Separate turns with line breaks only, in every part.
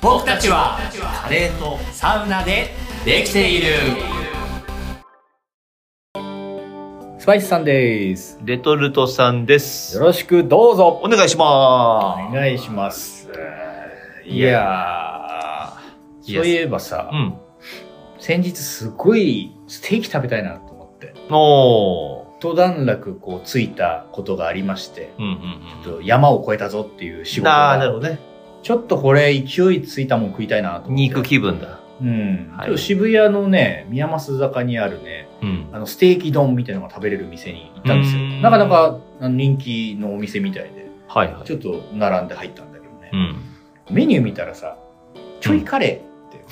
僕たちは
カレーと
サウナでできている
スパイスさんです。
レトルトさんです
よろしくどうぞ。
お願いしま
お願いします。い
い
やー、そういえばさ
す、うん
先日すごいステーキ食べたいなと思って、
おー
一段落こうついたことがありまして、
うんうん
ちょっと山を越えたぞっていう仕
うん
事
ああな
が、
るほどね
ちょっとこれ勢いついたもん食いたいなと思って。
肉気分だ
うん。
はい
ちょっと渋谷のね、宮益坂にあるね、
うん
あのステーキ丼みたいなのが食べれる店に行ったんですよ
う。ん
なかなかあの人気のお店みたいで、
はいはい
ちょっと並んで入ったんだけどね。
うん
メニュー見たらさ、ちょいカレーって。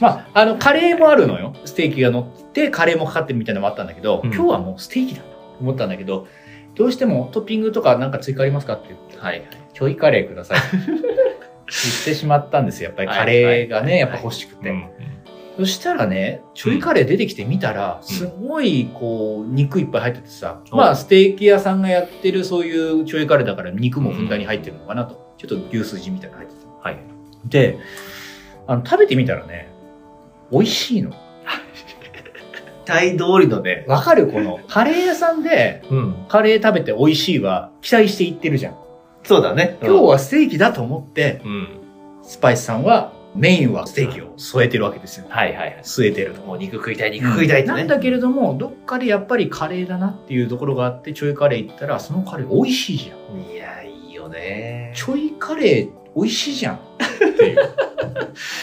まあ、あの、カレーもあるのよ。ステーキが乗って、カレーもかかってるみたいなのもあったんだけど、
うん
今日はもうステーキだと思ったんだけど、どうしてもトッピングとかなんか追加ありますかって言って、
はいはい
ちょいカレーくだ さい。言ってしまったんですよ。やっぱりカレーがね、
はい
や
は
っ
い
ぱ欲しくて。
うん
そしたらね、ちょいカレー出てきてみたら、
ん
すごいこう、肉いっぱい入っててさ、
うん
まあ、ステーキ屋さんがやってるそういうちょいカレーだから肉もふんだんに入ってるのかなと。ちょっと牛すじみたいなの入ってて。
はい
であの食べてみたらね美味しいの
タイ通りのね
わかるこのカレー屋さんで
うん
カレー食べて美味しいは期待していってるじゃん
そうだね
今日はステーキだと思って
うん
スパイスさんはメインはステーキを添えてるわけですよ
はいはいはい
据えてると
もう肉食いたい肉食いたいってね
なんだけれどもどっかでやっぱりカレーだなっていうところがあってちょいカレー行ったらそのカレー美味しいじゃん
いやいいよね
ちょいカレー美味しいじゃんっていう、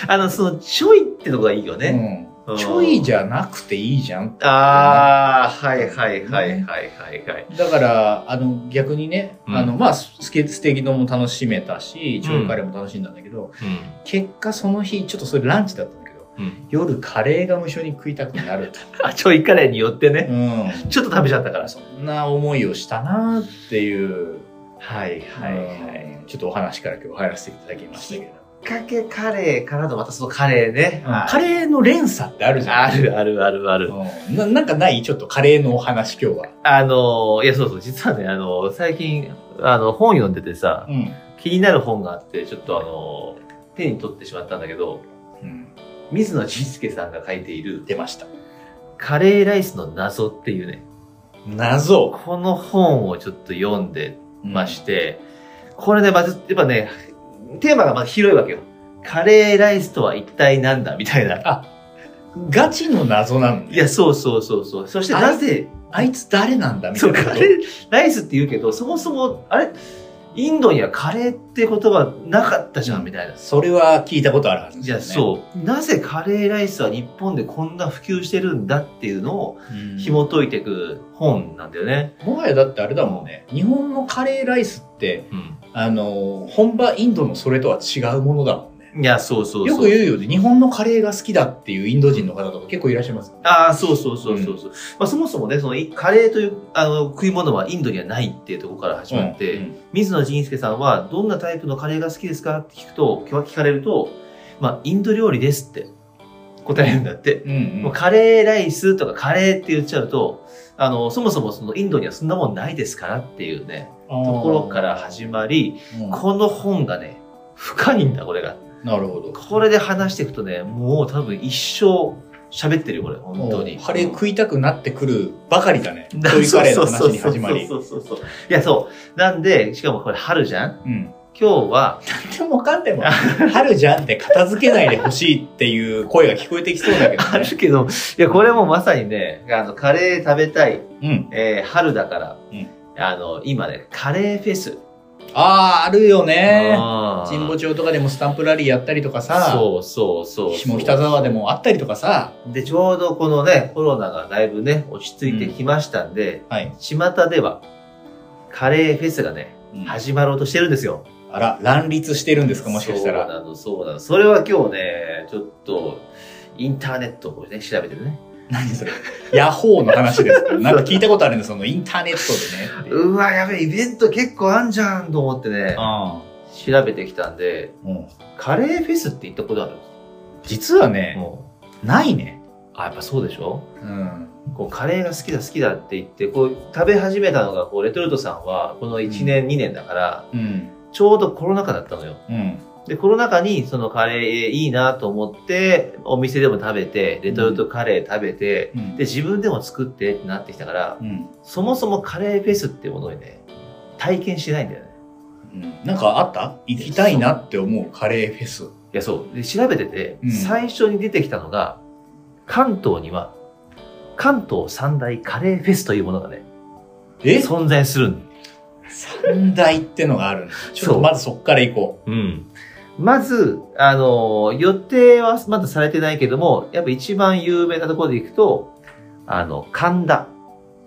あのそのちょいってのがいいよね
う、
うんん
ちょいじゃなくていいじゃん
ああ、はいはいはいはいはいはい。
だからあの逆にね、
うん
あのまあススケステーキ丼も楽しめたしちょいカレーも楽しんだんだけど、結果その日ちょっとそれランチだったんだけど
うん
夜カレーが無性に食いたくな ると、
あ、ちょいカレーによってね、
うん、
ちょっと食べちゃったから。
そんな思いをしたなっていう、
はいはいはい。
うんちょっとお話から今日入らせていただきましたけど、
きっかけカレーからのまたそのカレーね。
うんカ
レ
レーの連鎖ってあるじゃん
あるあるあるある。
うんななんかないちょっとカレーのお話今日は、
あのー、いやそうそう、実はね、あのー、最近、あの、本読んでてさ、
うん
気になる本があって、ちょっとあのー、手に取ってしまったんだけど、水野仁介さんが書いている、
出ました
カレーライスの謎っていうね、
謎
この本をちょっと読んで、まして、これね、まず、やっぱね、テーマがまず広いわけよ。カレーライスとは一体なんだみたいな。
ガチの謎なんだ
いや、そうそうそうそう。そして
あ
なぜ、
あいつ誰なんだみた
そ、
いうな
カレーライスって言うけど、そもそも、あれインドにはカレーって言葉なかったじゃん、みたいな。
それは聞いたことあるはずで
い
すよ
や、
ね。
そう。なぜカレーライスは日本でこんな普及してるんだっていうのを
うん
紐解いていく本なんだよね。
もはやだってあれだもんね。日本のカレーライスって、
うん。
あの、本場インドのそれとは違うものだもんね。
いや、そうそうそう。
よく言うようで、日本のカレーが好きだっていうインド人の方とか結構いらっしゃいます。
ああ、そうそうそうそうそう、まあ、そもそもね、そのいカレーというあの食い物はインドにはないっていうところから始まって、
うん
水野仁介さんはどんなタイプのカレーが好きですかって聞くと、聞かれると、まあ、インド料理ですって答えるんだって。
うんうん
もうカレーライスとかカレーって言っちゃうと、あの、そもそもそのインドにはそんなもんないですからっていうね、ところから始まり、
うん
この本がね、深いんだ、これが。
なるほど。
これで話していくとね、もう多分一生喋ってるよ、これ、本当に。
カレー食いたくなってくるばかり だね。そう
そう
いうカレーの話に始まり。
そうそうそうそう。いや、そう。なんで、しかもこれ春じゃん
うん。
今日は、
なんでもかんで も、春じゃんって片付けないでほしいっていう声が聞こえてきそうだけど
あ
ね。
るけど、いや、これもまさにね、あの、カレー食べたい、
うん。
えー春だから、
うん
あの、今ね、カレーフェス。
ああ、あるよね。
あー
神保町とかでもスタンプラリーやったりとかさ、
そうそうそうそう。
下北沢でもあったりとかさ、
で、ちょうどこのね、コロナがだいぶね、落ち着いてきましたんで、
はい。
巷では、カレーフェスがね、始まろうとしてるんですよ。
あら、乱立してるんですか、もしかした
そう
ら。
なの、そうなの。それは今日ね、ちょっと、インターネットをね、調べてるね。
何それ。ヤホーの話です か。なんか聞いたことあるんですそのインターネットでね。
うわ、やべえ、イベント結構あんじゃんと思ってね、
あ
調べてきたんで、
あ。うん。
カレーフェスって行ったことある
実はね、
もう
ないね。
あ、やっぱそうでしょ
うん。
こう、カレーが好きだ好きだって言って、こう、食べ始めたのが、こう、レトルトさんは、この1年、2年だから、
うん。
ちょうどコロナ禍だったのよ。
うん。
で、コロナ禍にそのカレーいいなと思って、お店でも食べて、レトルトカレー食べて、
うん
で、自分でも作ってってなってきたから、
うん
そもそもカレーフェスっていうものをね、体験してないんだよね。
うんなんかあった行きたいなって思うカレーフェス。
いや、そう。で、調べてて、
うん
最初に出てきたのが、関東には、関東三大カレーフェスというものがね、
え
存在するん
三大ってのがあるんだちょっ
そ
と
う
まずそっから行こ
うん。まず、あの、予定はまだされてないけども、やっぱ一番有名なところで行くと、あの、神田、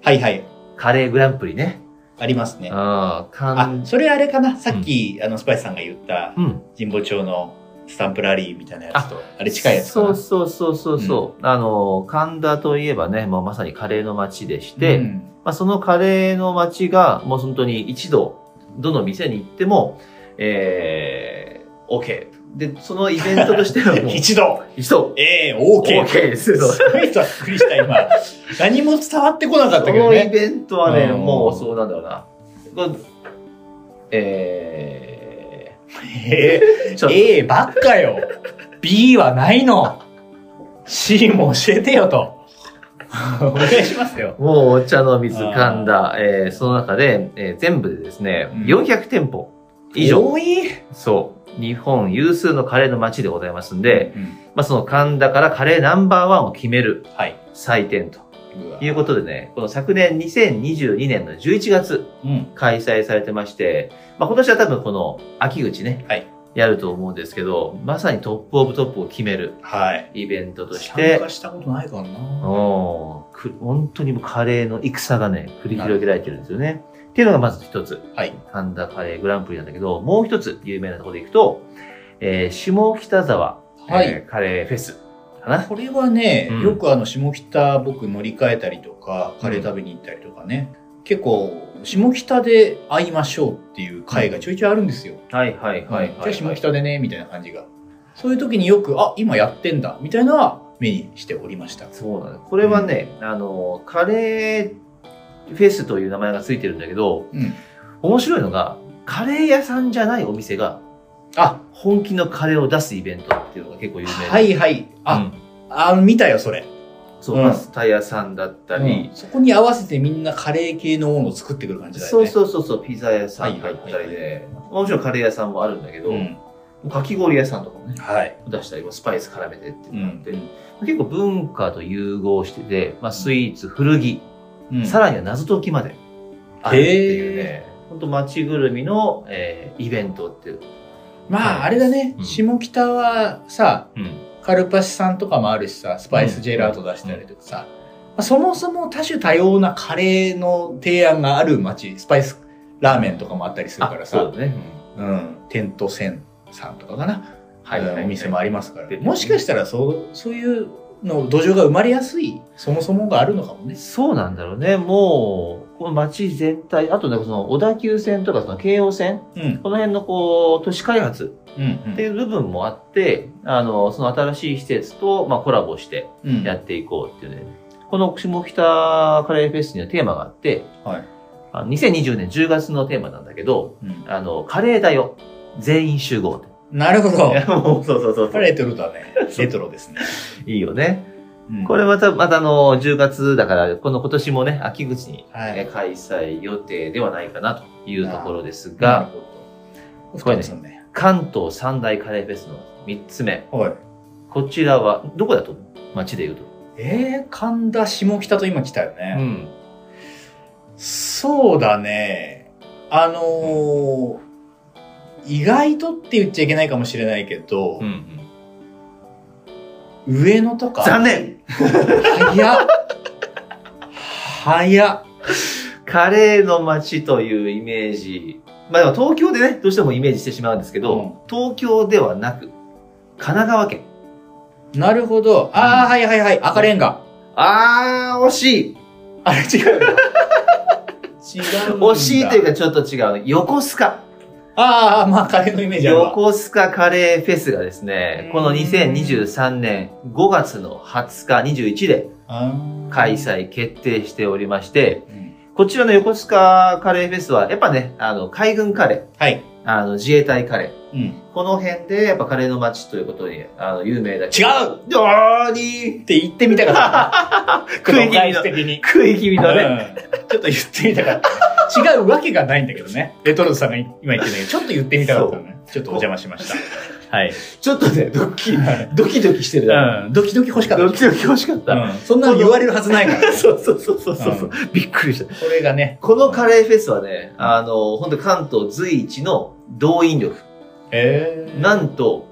う。はいはい。
カレーグランプリね。
ありますね。
ああ、
あ
神、
それあれかなさっき、あの、スパイスさんが言った、
うん。
神保町のスタンプラリーみたいなやつと、あれ近いやつか
そ
な
うそうそうそうそう、あの、神田といえばね、もうまさにカレーの街でして、
うん
まあ、そのカレーの街が、もう本当に一度、どの店に行っても、えー、OK。で、そのイベントとしてはも う、
一度、
一度、
ええー、OK。
OK です。そう
すごいざっくりした、今。何も伝わってこなかったけど
このイ
ね。
ベントはね、
うん
もうそうなんだろうな。これえ
え
ー、ち
ー
ょっと、
えー、ばっかよ。B はないの。C も教えてよと。お願いしますよ。
もうお茶の水神田、えーその中で、えー全部でですね、
うん
400店舗以上、
多い。
そう、日本有数のカレーの街でございますんで、
うん
まあ、その神田からカレーナンバーワンを決める
はい。
祭典と
うわ
いうことでね、この昨年2022年の11月、
うん。
開催されてまして、まあ、今年は多分この秋口ね、
はい
やると思うんですけど、まさにトップオブトップを決める
はい。
イベントとし
参
て
加、したことないからな。
おーく本当にもうカレーの戦がね、繰り広げられてるんですよね。っていうのがまず一つ、
はい。
神田カレーグランプリなんだけど、もう一つ有名なところでいくと、えー下北沢、
はい
えーカレーフェスかな。
これはね、
うん
よくあの下北僕乗り換えたりとかカレー食べに行ったりとかね、結構下北で会いましょうっていう会がちょいちょいあるんですよ、
はいはいはいはい、
じゃあ下北でねみたいな感じがそういう時によくあ今やってんだみたいなのは目にしておりました
そうなんです。これはね、あの、カレーフェスという名前がついてるんだけど、
うん
面白いのが、カレー屋さんじゃないお店が、
あ
本気のカレーを出すイベントっていうのが結構有名で。
は。いはいあ、
あ、
あ見たよそれ、
そう、
うん
パスタ屋さんだったり、
そこに合わせてみんなカレー系のものを作ってくる感じだよ
そう
ねう
そうそうそう、ピザ屋さんだっ
は
た
い
り
はい
で、もちろんカレー屋さんもあるんだけど、
ん、
かき氷屋さんとかもね、
はい、
出したり、スパイス絡めてっていううのがあっ
ん
て、結構文化と融合してて、まあ、スイーツ、古着、
うん、
さらには謎解きまであるっていう
へ
ね、本当街ぐるみの、えーイベントっていう。
まあ
はい
あれだね、
うん
下北はさ
うん。
カルパシさんとかもあるしさ、スパイスジェラート出したりとかさ、まあそもそも多種多様なカレーの提案がある街、スパイスラーメンとかもあったりするから
そ
さ
う、だね。
うん、テントセンさんとかかな、
はいはいはい
うんお店もありますから、
で
もしかしたらそうそういうの土壌が生まれやすい、そもそもがあるのかもね。
そうなんだろうね。もう、この街全体、あとね、その小田急線とかその京王線、
うん、
この辺のこう、都市開発
うん、うん
っていう部分もあって、あの、その新しい施設と、まあ、コラボして
うん
やっていこうっていうね。この下北カレーフェスにはテーマがあって、
はい
あの2020年10月のテーマなんだけど、
うん
あの、カレーだよ。全員集合って。
なるほど
い。やもうそうそうそうそ
こ
う。
れレトロだね。レトロですね。
いいよね。
うん
これまた、またあの、10月だから、この今年もね、秋口に
はい
えー開催予定ではないかなというところです
なる
が、
ほど。
これね
そうね。
関東三大カレーフェスの3つ目。
はい。
こちらは、どこだと思う街で言うと。
えー、神田下北と今来たよね。
ん。
そうだね。あのー意外とって言っちゃいけないかもしれないけど、
うんうん、
上野とか。
残念
早っ早っ
カレーの街というイメージ。まあでも東京でね、どうしてもイメージしてしまうんですけど、
うん
東京ではなく、神奈川県。
なるほど。ああ、
うん
はいはいはい。赤レンガ。
あー、惜しい
あれ違う。違う。
惜しいというか。ちょっと違うね。横須賀。
ああ、まあカレーのイメージあるわ。
横須賀カレーフェスがですね
う、ん
この2023年5月の20日21で
あー
開。催決定しておりまして、
うん
こちらの横須賀カレーフェスは、やっぱね、あの、海軍カレー、
はい。
あの、自衛隊カレ
う
ー、
ん。
この辺でやっぱカレーの街ということにあの有名だけ
違
ど
う
うなーに
って言ってみたか った。
食い気味の
繰り返し的に。
食い気味のね、
うんちょっと言ってみたかった。違うわけがないんだけど ね。レトルトさんが今言ってたけど、ちょっと言ってみたかったのね。ちょっとお邪魔しま した。はい。
ちょっとねドキ
はい
ドキドキしてるな、
うん。ドキドキ欲しかった
ド。キドキ欲しかった、
うんそんなの言われるはずないから。
そうそうそうそうそう、うびっくりした
これがね。
このカレーフェスはねあの本当関東随一の動員力
え
なんと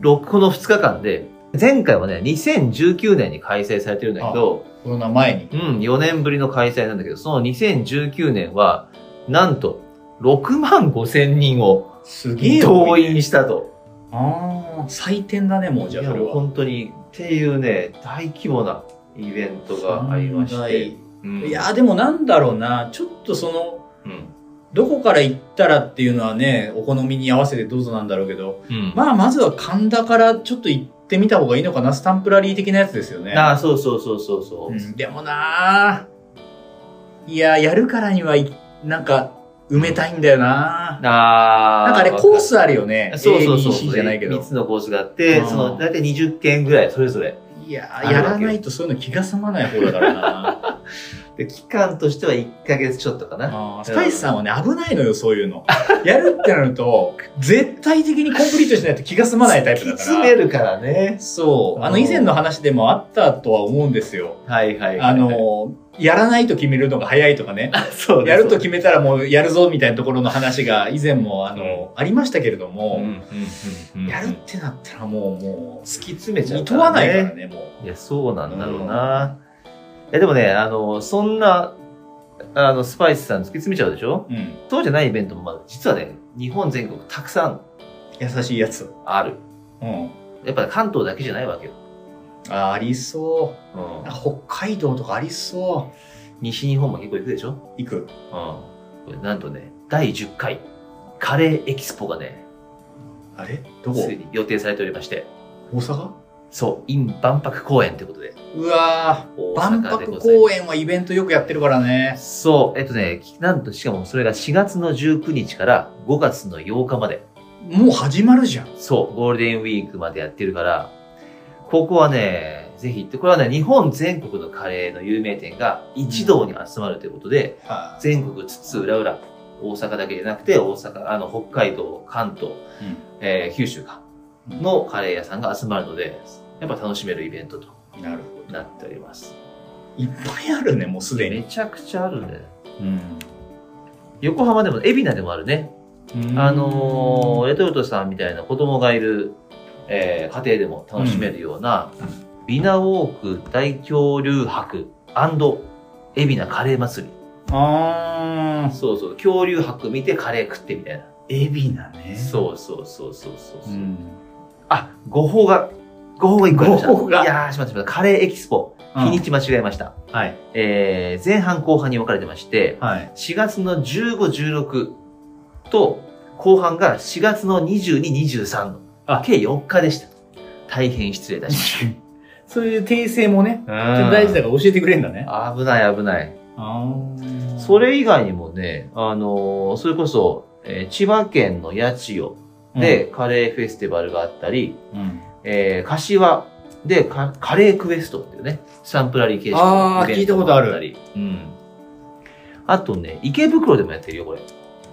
6この2日間で前回はね2019年に開催されてるんだけど
コロナ前に。
うん4年ぶりの開催なんだけどその2019年はなんと6万5千人を
すげえ
動
い。
員したと。
ああ、採点だね、もうじゃあ
い
そ
や
れは。
本当にっていうね大規模なイベントがありまして、うん
いや、でもなんだろうな。ちょっとその、
うん
どこから行ったらっていうのはね、お好みに合わせてどうぞなんだろうけど、
うん
まあ、まずは神田からちょっと行ってみた方がいいのかな。スタンプラリー的なやつですよね。
ああそうそうそうそうそう、
うんでもなあいや、やるからにはい、なんか、埋めたいんだよな
あ
なんかあれ、コースあるよ ね。
そうそうそう
ABC じゃないけど
3。つのコースがあって
うん
その大体20件ぐらいそれぞれ
いや
ある
ー、
わけよ
やらないとそういうの気が済まない方だから な
で期間としては1ヶ月ちょっとかな
あースパイスさんはね、危ないのよ、そういう の。やるってなると、絶対的にコンプリートしないと気が済まないタイプだ
突き
か
詰め
ら。
るからね
そう。あの、
うん
以前の話でもあったとは思うんですよ。
はいはいはい
あの、やらないと決めるのが早いとかね。
そう
やると決めたらもうやるぞみたいなところの話が以前もあの、ありましたけれど
うんう
も、
んうんうん
やるってなったらもう、も
突き詰め
う、
ちゃう
とわないからね、も
いや、そうなんだろうな。いや、でもね、あの、そんな、あの、スパイスさん突き詰めちゃうでしょ
う。うん。
そうじゃないイベントも、まあ、実はね、日本全国たくさん
優しいやつ。
ある。
うん。
やっぱ関東だけじゃないわけよ。
あ、ありそう。
うん
北海道とかありそ
西日本も結構行くでしょ
う。行く。
うん。これなんとね、第10回、カレーエキスポがね、
あれどこ
ついに予定されておりまして、
大阪
そう、in 万博公演ということで、
うわ
大
ー万
阪で
博
ございま
公演はイベントよくやってるからね。
す。そう、えっとね、なんとしかもそれが4月の19日から5月の8日まで、
もう始まるじゃん。
そう、ゴールデンウィークまでやってるから、ここはね、ぜひ行って、これはね、日本全国のカレーの有名店が一堂に集まるということで、
は
全国津々浦々、大阪だけじゃなくて、大阪、あの、北海道、関東、
うん
えー九州か、のカレー屋さんが集まるので、やっぱ楽しめるイベントと
い。なるほど。
なっております。
いっぱいあるね、もうすで
め
に。
ちゃくちゃあるね。
うん。
横浜でも、海老名でもあるね。あのーレトルトさんみたいな子供がいる、えー家庭でも楽しめるような、ビナウォーク大恐竜博エビナカレー祭り。
あ
そうそう、恐竜博見てカレー食ってみたいな。
ー。エビナね。
そうそうそうそうそうそうう。
ん。
あ、誤報が、誤報が1個ありました。
誤報が
いやー、しまったしまった。カレーエキスポ、
うん
日にち間違えました。
はい。
えー、前半後半に分かれてまして、
はい。
4月の15、16と、後半が4月の22、23の、
あ
計4日でした。大変失礼いたしまし
そういう訂正もね、
た。
大事だから教えてくれるんだね。
危ない危ない。
あー
そ、れ以外にもね、あのーそれこそ、えー千葉県の八千代でカレーフェスティバルがあったり、
うん、
えー柏でカカレークエストっていうね、スタンプラリー形式
あー
のイベント
聞いたことある
がったり。うん。あとね、池袋でもやってるよ、これ。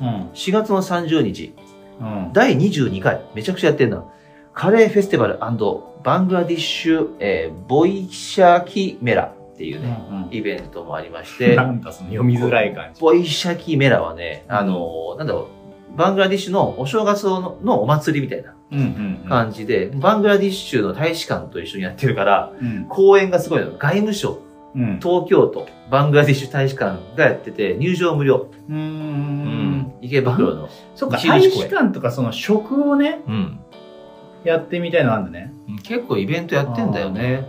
うん。
4月の30日。
うん。
第22回、めちゃくちゃやってるな。カレーフェスティバルバングラディッシュ、えーボイシャキメラっていうね、イベントもありまして、
なんだその読みづらい感じ。
ボイシャキメラはね、あのーなんだろう、バングラディッシュのお正月ののお祭りみたいな
うんうん
感じで、バングラディッシュの大使館と一緒にやってるから、
うん。
公演がすごいの。外務省、
うん。
東京都、バングラディッシュ大使館がやってて、入場無料。
うー。。
うん池袋の。
そっか、
一日公
大
演
使館とかその食をね、
うん。
やってみたいのあるんだね。
結構イベントやってんだよね。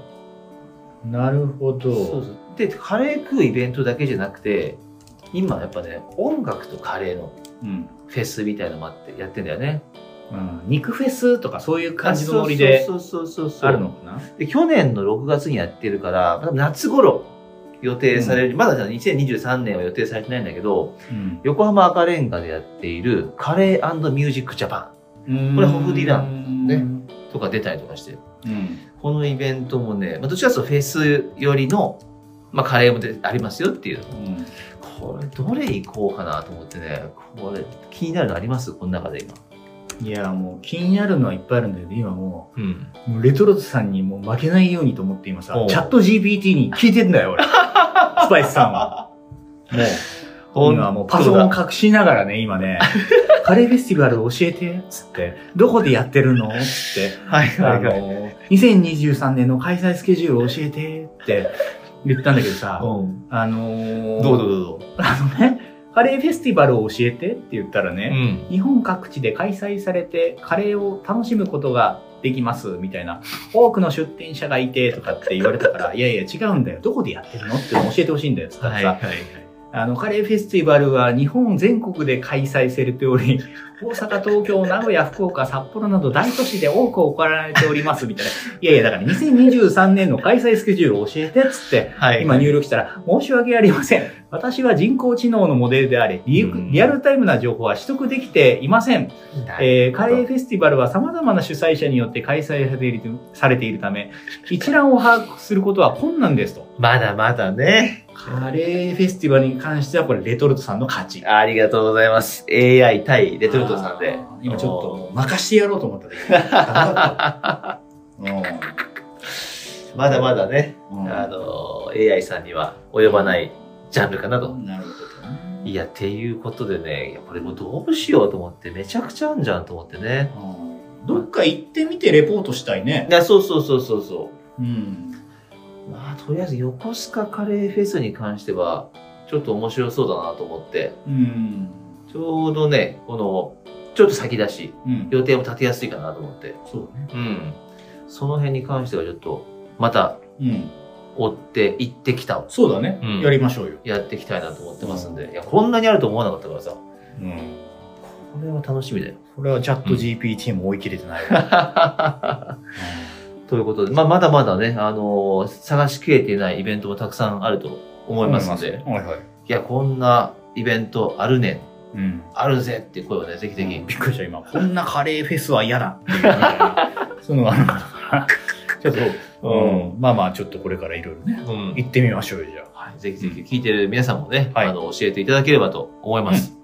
なるほど。
そうそうでカレー食うイベントだけじゃなくて今やっぱね音楽とカレーの
うん。
フェスみたいなのもあってやってんだよね
うん。肉フェスとかそういう感じのノリで
そうそうそうそうそう
あるのかな
で去年の6月にやってるから多分夏頃予定される、まだじゃあ2023年は予定されてないんだけど
うん。
横浜赤レンガでやっているカレーミュージックジャパンこれホフディラ
ン
ね。とか出たりとかして
うん。
このイベントもね、まあ、どちらかというとフェス寄りの、まあ、カレーもでありますよっていうこれどれ行こうかなと思ってねこれ気になるのありますこの中で今
いや、もう気になるのはいっぱいあるんだけど、今も
うん
う、もうレトロズさんにもう負けないようにと思って今さ
おう、
チャット GPT に聞いてんだよ、 俺。スパイスさんは。もう。今もうパソコン隠しながらね、今 ね、カレーフェスティバル教えて、つって、どこでやってるのつって、
はい
あ
はいはい
の、2023年の開催スケジュール教えて、って言ったんだけどさ、
うん
あのー
どうぞどうぞ
あのね、カレーフェスティバルを教えてって言ったら
う
ね、
ん
日本各地で開催されてカレーを楽しむことができますみたいな多くの出店者がいてとかって言われたからいやいや違うんだよどこでやってるのっていうのを教えてほしいんだよつったら
はい
さ、
はいはい
あのカレーフェスティバルは日本全国で開催されてお り大阪東京名古屋福岡札幌など大都市で多く行われておりますみたいないやいやだから2023年の開催スケジュールを教えてっつって
はい
今入力したら、申し訳ありません。私は人工知能のモデルであり、リ
うん
リアルタイムな情報は取得できていません。えーカレーフェスティバルは様々な主催者によって開催されているされているため、一覧を把握することは困難ですと。
まだまだね
カレーフェスティバルに関しては、これレトルトさんの勝ち。
ありがとうございます AI 対レトルトさんで
あー今ちょっともう任してやろうと思ったんだけどダメだ った。
まだまだね
うんうん
あの AI さんには及ばないジャンルかなと
なるほどね。
いや、っていうことでね、いや、これもうどうしようと思って、めちゃくちゃあんじゃんと思ってね。
うんどっか行ってみてレポートしたいね
い。や、そうそうそうそうそ
うん。
う。まあ、とりあえず横須賀カレーフェスに関しては、ちょっと面白そうだなと思って、
うん。
ちょうどね、この、ちょっと先だし、
うん。
予定も立てやすいかなと思って。
そうね。
うん。その辺に関してはちょっと、また
うん。
追って、行ってきた、
そうだね。
うん
やりましょうよ。
やっていきたいなと思ってますんで、いや、こんなにあると思わなかったからさ、こ
うん。
れは楽しみだよ。
これはチャット GPT も追い切れてないわ。
ということで、まあ、まだまだね、あのー探しきれていないイベントもたくさんあると思いますので、
はいはい。
いや、こんなイベントあるねん、
うん。
あるぜっていう声をね、ぜひぜひ、
びっくりした、今。こんなカレーフェスは嫌だっていうみ たいな。そういうのがあるのかな。ちょっと、
うん
うん。まあまあ、ちょっとこれからいろいろね。
うん
行ってみましょうよ、じゃあ。
はい、ぜひぜひ聞いてる皆さんもね、
はい
あの教えていただければと思います。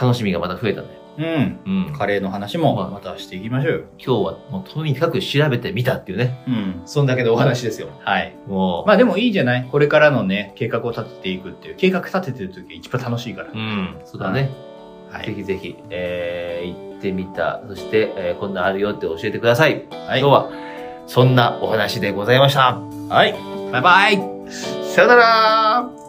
楽しみがまた増えたね。
うん。
うん、今
カレーの話もまたしていきましょうよ。
日はもうとにかく調べてみたっていうね、
うん。
そんだけのお話ですよ。
はい。
もう、
まあでもいいじゃないこれからのね、計画を立てていくっていう。計画立ててる時が一番楽しいから。
うん、そうだね。
は
ぜ
い。
ひぜひ、えー行ってみた、そして、えーこんなんあるよって教えてください。
はい
今日。はそんなお話でございました。
はい。バイバイ
さよなら